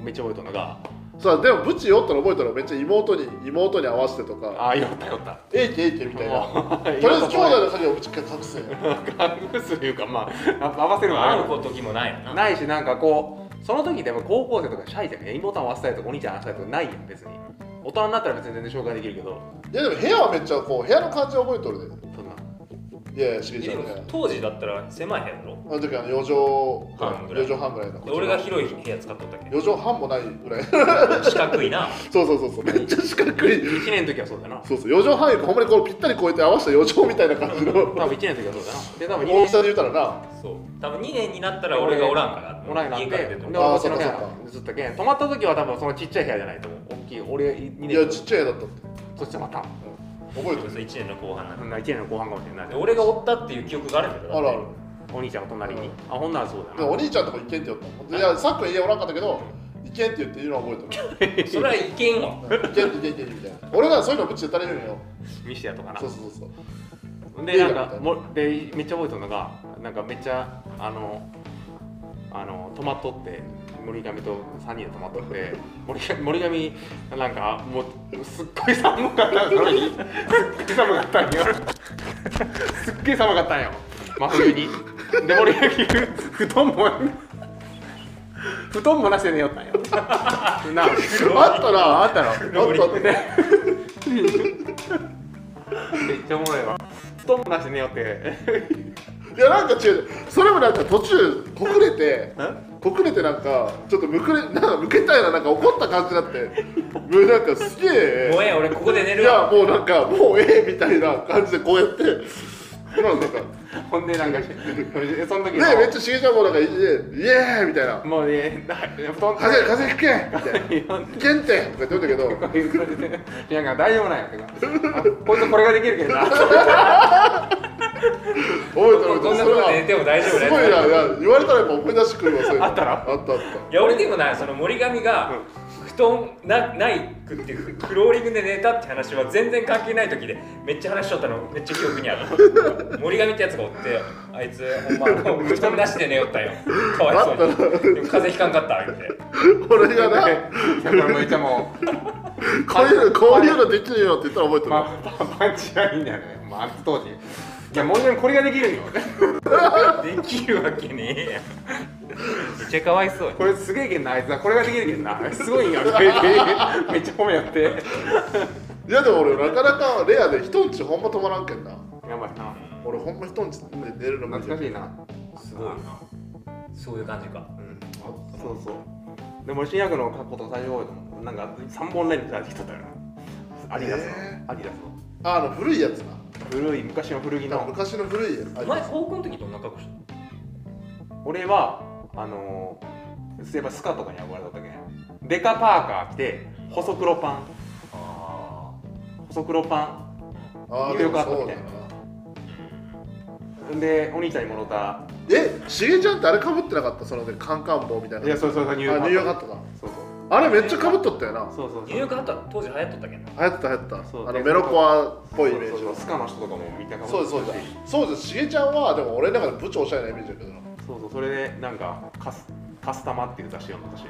A: めっちゃ覚えとんのが
B: さあでもブチ酔ったの覚えたらめっちゃ妹に妹に合わせてと
A: 「
B: か
A: ああよったよった」
B: えいけえいけみたいな
A: もう (laughs)
B: (laughs) とりあえず兄弟の鍵をぶち隠せよ
A: 隠すというかまあ合わせるのはあ
C: 会
A: る
C: う時もないよな
A: ないしなんかこうその時でも高校生とかシャイじゃん妹を合わせたいとかお兄ちゃん合わせたいとかないやん別に大人になったら別に全然紹介できるけど
B: いやでも部屋はめっちゃこう部屋の感じ覚えとる
A: そんな
B: でいやいやしげちゃ
C: で
B: んの
C: も
B: 部屋
C: 当時だったら狭い部屋だろ
B: あの時あの4
C: 半
B: 畳
C: ぐらい
B: 4畳半ぐらいの
C: で俺が広い部屋使っとったっけ
B: 4畳半もないぐらい
C: 四角いな
B: そうそうそうそうめっちゃ四角い
A: 1年の時はそうだな
B: そうそう4畳半よりほんまにこうぴったり超えて合わせた4畳みたいな感じ
A: 多
B: (laughs) の
A: 分1年の時はそうだなで多分
B: 大
A: 2
B: きさ
A: 年
B: で言うたらな
C: そう多分2年になったら俺がおらんから
A: おらんなん
C: 家
A: で
C: から出て
A: で
C: る
A: 俺こっちの部屋に移ったけん泊まった時は多分そのちっちゃい部屋じゃないと思う大きい俺2
B: いや
A: 年
B: ちっちゃい部屋だったって
A: そしてまた
B: 覚えてる
C: 1年の後半なんだ
A: 1年の後半かもしれない
C: で俺がおったっていう記憶があるんだけど
B: あるある
A: お兄ちゃんが隣に
B: うん
A: あほんならそうだ
B: でもお
A: な
B: 兄ちゃんとこ行けんって言ったいやさっきの家おらんかったけど行けんって言って言うのは覚えてる
C: それはいけんわ
B: (laughs) 行けんって行けんって行けんみたいな俺らそういうのぶちで足りるんよ
A: ミシアとかな
B: そうそうそうそう
A: でなんかもでめっちゃ覚えてるのがなんかめっちゃあのあの止まっとって森上と3人で止まっとって森上森上なんかもうすっごい寒かったんよその日すっごい寒かったんよすっげえ寒かったんよ真冬にで森上布団も布団もなしで寝よったんよな
B: あったなあったなあったあった
A: めっちゃおもろいわ布団もなしで寝よって
B: いやなんか違うそれもなんか途中こくれ (laughs) てこくれてなんかちょっとむくれなんかむけたようななんか怒った感じになってもうなんかすげえ
C: もうええ俺ここで寝
B: い
C: る
B: や
C: わ
B: もうなんかもうええみたいな感じでこうやってなんかね
A: ほんでなんかしその時の
B: めっちゃしげちゃんもなんかイエーイイエーイみたいな
A: もうねな布団
B: 風風吹けみたいな「いけんて!」とか言ってたけど
A: いやなんか大丈夫なんや
B: (laughs)
A: とかあこいつこれができるけどな
B: 覚えてる
C: どんなふうに寝ても大丈夫
B: す
C: だ
B: ごいな
C: よ
B: い (laughs) や言われたらやっぱ思い出してくるわそういうの
A: あったな
B: あったあった
C: いや俺でもなその森上が布団なないくってフフローリングで寝たって話は全然関係ない時でめっちゃ話しとったのめっちゃ記憶にある森上ってやつがおってあいつほんまあの布団なしで寝よったよかわいそうにでも風邪ひかんかった言うて
B: 俺がな
A: これめっちゃもう
B: こういうのこういうのできるよって言ったら覚えてる (laughs)
A: まあパンチラインだよねまあ当時いやもう一回これができるよ
C: できるわけねえやんめっちゃかわいそうや
A: これすげえけんなあいつはこれができるけんなすごい
B: (laughs)
A: んやってめっちゃ褒めやって
B: いやでも俺なかなかレアで人んちほんま止まらんけんな
A: やばいな
B: 俺ほんま人んちで寝るの無理
A: 懐か
B: や
A: しいな
C: すごいなそういう感じか
A: うんそうそうでも新薬の格好とか最初覚えたもんなんか3本ラインで出してきとったよなアディダスの、
B: え
A: アディダスの
B: ああの古いやつな
A: 古い昔の古着の
B: 昔の古いやつ
C: お前高校の時どんな格好し
A: 俺はあのー、そういえばスカとかに憧れとったけんデカパーカー着て細黒パン
C: たあ
A: 細黒パ
B: ああ
A: 言
B: で
A: うてよかっ
B: も
A: た
B: そう
A: みた
B: だ
A: い
B: な
A: なンでお兄ちゃんにもろた
B: えしげちゃんってあれかぶってなかったそのねカンカン帽みたいない
A: やそうそうそうニ
B: あニューヨーカ
A: ッ
B: ットだ
A: トそうそ
B: あれめっちゃかぶっとったよな
A: うそうそう
C: ーニューヨークハットは当時流行っとったけんな
B: 流行ってた流行って
A: そう
B: たあのメロコアっぽいイメ
A: そう
B: ー
A: そうそ
B: ジの
A: うスカの人とかもみんな
B: そうですそうですそうですしげちゃんはでも俺の中で部長おしゃれなイメージだけどな
A: そうそうそれでなんかカスカスタマっていう雑誌読んだし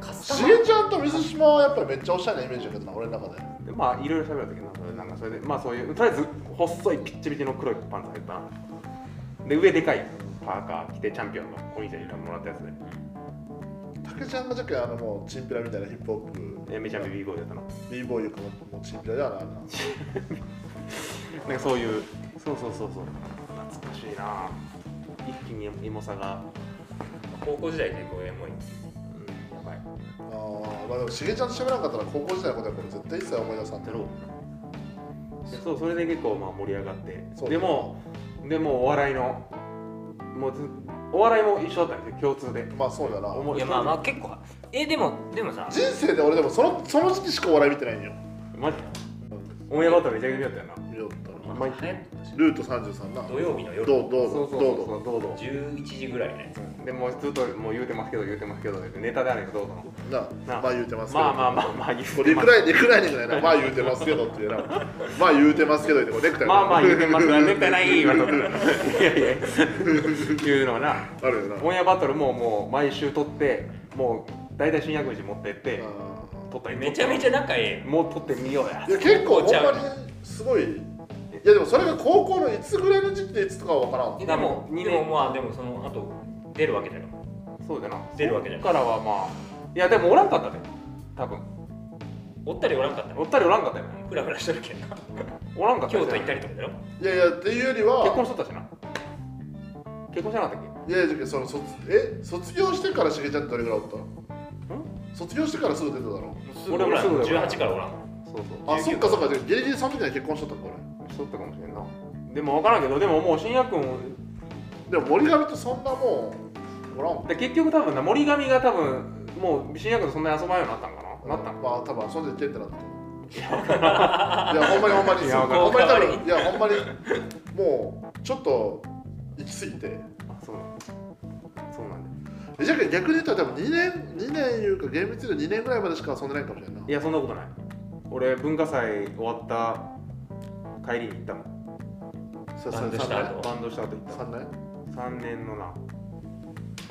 C: カス
B: し
C: タマ
B: げちゃんと水島はやっぱりめっちゃおしゃれなイメージだけどな俺の中で
A: でまあいろいろ喋るときなそれなんかそれでまあそういうとりあえず細いピッチピチの黒いパンツ履いてたなで上でかいパーカー着てチャンピオンのお兄ちゃんにもらったやつで
B: 竹ちゃんがじゃけあのもうチンピラみたいなヒップホップ
A: えめちゃめちゃ b ボーイだったの
B: ビーボーイよくもうチンピラだよなあれな
A: なんかそういうそうそうそうそう懐かしいな一気にエモさが、
C: 高校時代結構エモ
A: うん、
C: い
A: やばい
B: あーまあでもしげちゃんと喋らなかったら高校時代のことはこれ絶対一切思い出さん
A: だ
B: と
A: ろうそうそれで結構まあ盛り上がって
B: そう
A: でもでもお笑いのもうずお笑いも一緒だったんですよ共通で
B: まあそうだな
A: 思
C: いやまあまあ結構えでもでもさ
B: 人生で俺でもそのその時期しかお笑い見てないんよ
A: マジオンエアバトルめちゃくちゃ見よったよな
B: 見よったな
A: マイティ
C: ね
B: ルート33な
C: 土曜日の夜
B: どうどう
A: そうそ
B: ぞ
A: う
B: どう
A: そ
B: ぞ
A: うどうぞ
C: 11時ぐらいね
A: でもうずっともう言うてますけど言うてますけどネタであるけどどうぞ
B: な
A: なあ
B: まあ言うてますけど
A: まあまあまあまあ言う
B: こう
A: て
B: リ
A: ま
B: ク
A: す
B: ライリクライニングだよなまあ言うてますけどっていうなまあ言うてますけどってこうネクタイ
A: まあまあ言うてますがネタないい今とったいやいや言うのはな
B: あるよな
A: オンエアバトルももう毎週撮ってもう大体新薬事持ってって撮ったり
C: めちゃめちゃ仲ええ
A: もう撮ってみようや
B: いや結構ほん
C: ちゃ
B: ま
C: う
B: にすごいいやでもそれが高校のいつぐらいの時期でいつとかは分からん
C: で
A: で
C: も
A: も
C: でもまあでもその後出るわけだよ
A: そうだな
C: 出るわけじゃない
A: そっからはまあいやでもおらんかったで多分
C: おったりおらんかった
A: お
C: の
A: ったりおらんかったよ
C: フラフラしとるけ (laughs) んな
A: おらんかった
C: 京
A: よ
C: 都行ったりとかだよ
B: いやいやっていうより
A: 結
B: は
A: 婚しとったしな結婚してなかったっ
B: いやいやその卒え卒業してからしげちゃんってどれぐらいおった卒業してからすぐ出ただろ
C: すぐおらん
A: 俺もすぐだよ
C: 18からおら (laughs) ん
A: けそうそう
B: あ
C: 19
B: そっかそっかじゃあギリギリその時には結婚しとったんか
A: しとったかもしれんなでも分からんけどでももう新薬君
B: 俺でも森上とそんなもんおらんもん
A: で結局多分な森上が多分もう新薬とそんなに遊ばんようになったんかななったんか
B: まあ多分遊んでてってなったいやほんまにほんまに
A: いや
B: ほんまに多
C: わか
B: 分いやほんまにもうちょっと行き過ぎて
A: あそうなんだそうなんだ
B: えじゃあ逆に言ったら多分2年2年いうか厳密に2年ぐらいまでしか遊んでないかもしれんない
A: いやそんなことない俺文化祭終わった帰りに行ったもん
B: な
C: バンドした後
A: バンドした後行った
B: 3年
A: 3年のな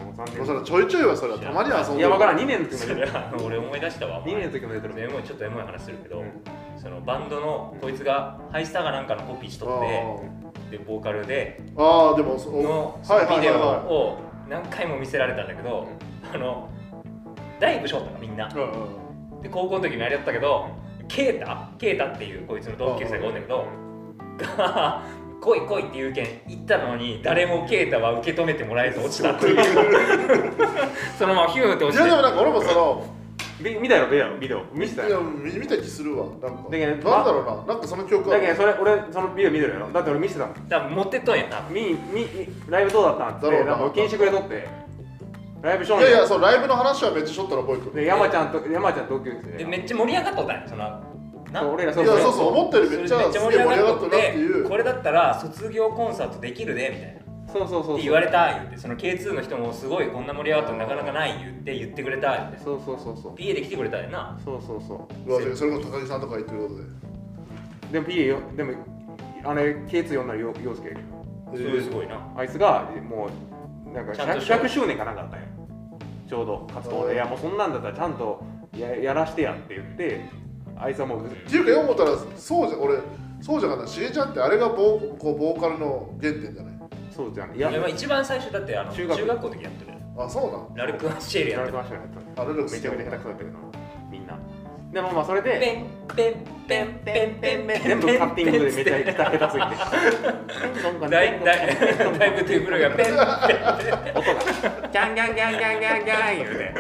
A: もう3
B: まあ
A: 年
B: それちょいちょいはそれはたまには遊んで
A: い
B: る
A: や分からん2年の時
C: そ
A: も
C: れは俺思い出したわお前
A: 2年の時も出てるもん
C: でもちょっとエモい話するけど、
A: うん
C: そのバンドのこいつがハイスターかなんかのコピーしとってでボーカルで
B: あーあーでもそ
C: のそ
B: はい
C: の
B: は
C: ビ
B: い
C: デ
B: は
C: オ
B: いは
C: を何回も見せられたんだけど、あの大工翔太がみんない
B: うんうん
C: で高校の時もやりやったけど啓太啓太っていうこいつの同級生がおんだけど (laughs) が「来い来い」っていう意見言ったのに誰も啓太は受け止めてもらえず落ちたっていう
B: (laughs)
C: そのままヒューって
B: い
C: 落ち
B: や
C: て
B: でもなんか俺もその
A: ビ見たよビデオビデオ見せた
B: いや
A: よ
B: 見見た気するわなんかなん
A: だけ
B: だ
A: ど
B: ろうななんかその記憶は
A: だけどそれ俺そのビデオ見てるやろだって俺見せたもん
C: 多分持ってっとんやな
A: 見見見ライブどうだったんっつっ
B: だろ
A: て
B: うな
A: なんか気にしてくれとってライブショー
B: いやいやそうライブの話はめっちゃしょったら覚えてる
A: で山ちゃんと山ちゃん同級生
C: で
A: で
C: めっちゃ盛り上がっとったんよそのない
A: 俺ら
B: いやそうそう思ったより
C: それ
B: め
C: め
B: っ
C: っ
B: ち
C: ち
B: ゃ
C: ゃ
B: すげえ
C: 盛
B: 盛
C: り
B: り
C: 上
B: 上
C: が
B: がっ
C: っと
B: た
C: っ
B: なって
C: て
B: いう
C: これだったら卒業コンサートできるでみたいな
A: そうそうそう
C: って言われた言ってその K2 の人もすごいこんな盛り上がったのなかなかない言って言ってくれた言って
A: そうそうそうそう
C: PA で来てくれたんやな
A: そうそうそう
B: わそれこそ高木さんとか言ってることで
A: うでも PA よでもあれ K2 呼んだらよ陽介
C: それすごいな
A: あいつがもうなんか
C: ちゃんと
A: 100,
C: しよう
A: 100周年かなんかあったんよちょうど活動
B: うん
A: でいやもうそんなんだったらちゃんとややらしてやって言ってあいつはもう
B: っていうかよう思ったらそうじゃ俺そうじゃなかったしげちゃんってあれがボーこうボーカルの原点じゃない
A: そうじゃんい
C: いや
A: や
C: まあ一番最初だってあの中
A: 中学
C: 学校の時やってる
B: あそうなん
C: ラルクアシエルや
A: や
C: っ
A: ら
C: て
A: れ
C: る
A: てましたよねめちゃめちゃ下
B: あれだ
A: 手くそだったけどなみんなでもまあそれで
C: ペンペンペンペンペンペン
A: 全部カッティングでめちゃ下手下手すぎて。音が
C: (laughs) だいだいだいぶテーブルがペンペンペン
A: ギャンギャンギャンギャンギャンギャン言うて。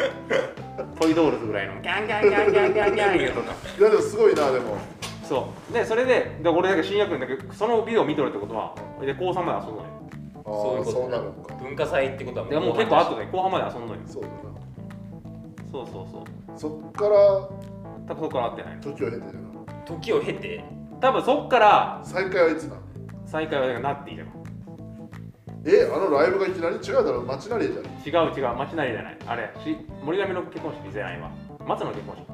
A: トイドールズぐらいのギャンギャンギャンギャンギャンギャン言うとか。
B: いやでもすごいなでも
A: そう。でそれでで俺だけ新薬だけどそのビデオ見とるってことはで高三まで遊んのよ。
B: あ
C: そういう
B: あ
C: こ
B: そ
C: と
B: うなのか
C: 文化祭ってことは
A: でもう結構後で後半まで遊んのよ。
B: そうだ
A: そうそうそう。
B: なそっから
A: 多分そっから会ってないの。
B: 時を経てる
C: 時を経て
A: 多分そっから
B: な再会はいつな
A: 再会はだからナッティじゃん。
B: えあのライブがいきなり違うだろ街なりじゃん
A: 違う違う、町なりじゃない。あれ、し森上の結婚式じゃないわ。松の結婚式。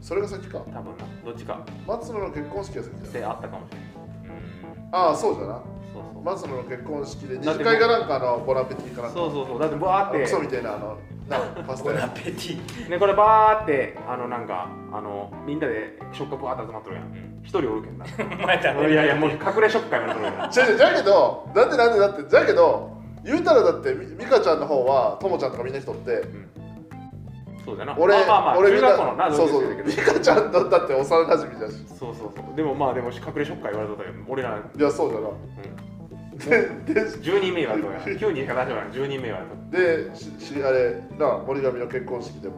B: それが先か
A: 多分な。どっちか
B: 松野の結婚式が先じ
A: であったかもしれない。
C: うん
B: ゃんああそうじゃな
A: そうそう。
B: 松野の結婚式で二
A: だっ
B: 次
A: て
B: 会がなんかあのボラペティかなんか
A: そうそうそうだってバー
B: あのクソ
A: っ
B: みたいなあの
A: (laughs)
B: なパス
C: ボ
B: タ
C: ナ
B: や
C: ペティ
A: てねこれバーってあのなんかあのみんなで食家バーって集まっとるやん
C: うん
A: 一人おるけんな
C: お前だ
A: (laughs)
C: ね
A: いやいやもう隠れ食会もなっとる (laughs) やん
B: 違う違うじゃけどなんでなんでだってじゃけど言うたらだってみ美香ちゃんの方はともちゃんとかみんな人って
A: そうだな
B: 俺、
A: まあまあまあ
B: 俺
A: 中
B: みんな
A: 学校のな
B: そう
A: 同級
B: そ
A: 生だ
B: う
A: け
B: 美
A: ど
B: 香ちゃんだって幼馴染じゃし
A: そうそうそうでもまあでも隠れ食会言われとったけど俺ら、
B: いやそうじゃな
A: う
B: (laughs) でで
A: ん、10人目言われとるやん9人しか出してない10人目言われとる
B: でししあれな森上の結婚式でも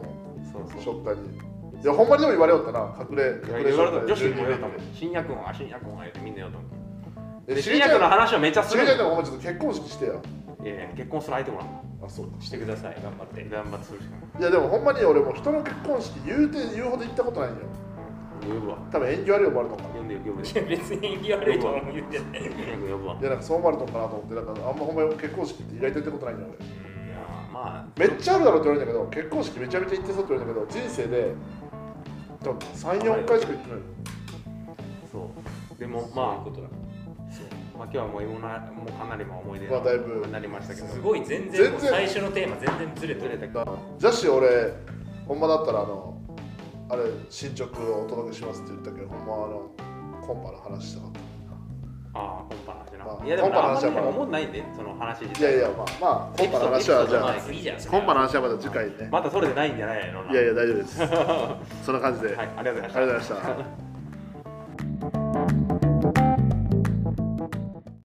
A: そう
B: シ
A: そう
B: ョッカーにいやほんまにでも言われよったな隠れ
A: いや
B: 隠れ
A: 言
B: シ
A: わ
B: ョ
A: れとる
B: ッカー
A: 女子にも
B: で
A: 言われたもん
B: 12
A: 新薬君は新薬君は言ってみんな言うと思う
B: 名
A: で
B: でし
A: 新
B: げち
A: 薬の
B: ゃん
A: 話はめっちゃす
B: し
A: る
B: げ
A: い
B: ちゃん
A: や
B: でもほんまちょっと結婚式してや
A: いや結婚する相手もらう
B: あそうか
C: してください頑張って
A: 頑張ってするしかない
B: いやでもほんまに俺も人の結婚式言うて言うほど行ったことないんよ
A: 呼ぶわ
B: 多分縁起悪い思われたのかな
A: 呼んでよ (laughs) 呼ぶで
C: (laughs) 別に演技悪いとは思う言ってない
A: 新薬呼ぶわ
B: いやなんかそう思われたのかなと思ってなんかあんまほんまに結婚式って意外と行ったことないんだよ俺
A: いやーまあ
B: めっちゃあるだろって言われるんだけど結婚式めちゃめちゃ行ってそうって言われるんだけど人生で多分34回しか行ってない
A: そうでも
C: そういう
A: ま
C: ことだ
A: あ、まあ、今日はもういもなもうかなりまあ思い出
B: まあだいぶ
A: なりましたけど
C: すごい全
B: 全然
C: 然もう最初のテーマ全然ずれて
A: ずれ
C: る
A: たけ
B: だ
A: ど
B: からジャッシー俺ほんまだったらあのあれ進捗をお届けしますって言ったけどほんまあのコンパの話したかっ
A: ああコンパの話な、
B: まあ
A: いやでも
B: コンパの
A: あん
B: 話
A: まり
B: はまあ
A: 思んないんでその話自
B: たいや
A: 体
B: いやまあまあコンパの話はじゃ
C: エピソードエピソードいいじゃん
B: あコンパの話はまた次回ね
A: またそれでないんじゃないの
B: いやいや大丈夫ですそんな感じで、
A: はいありがとうございました
B: ありがとうございました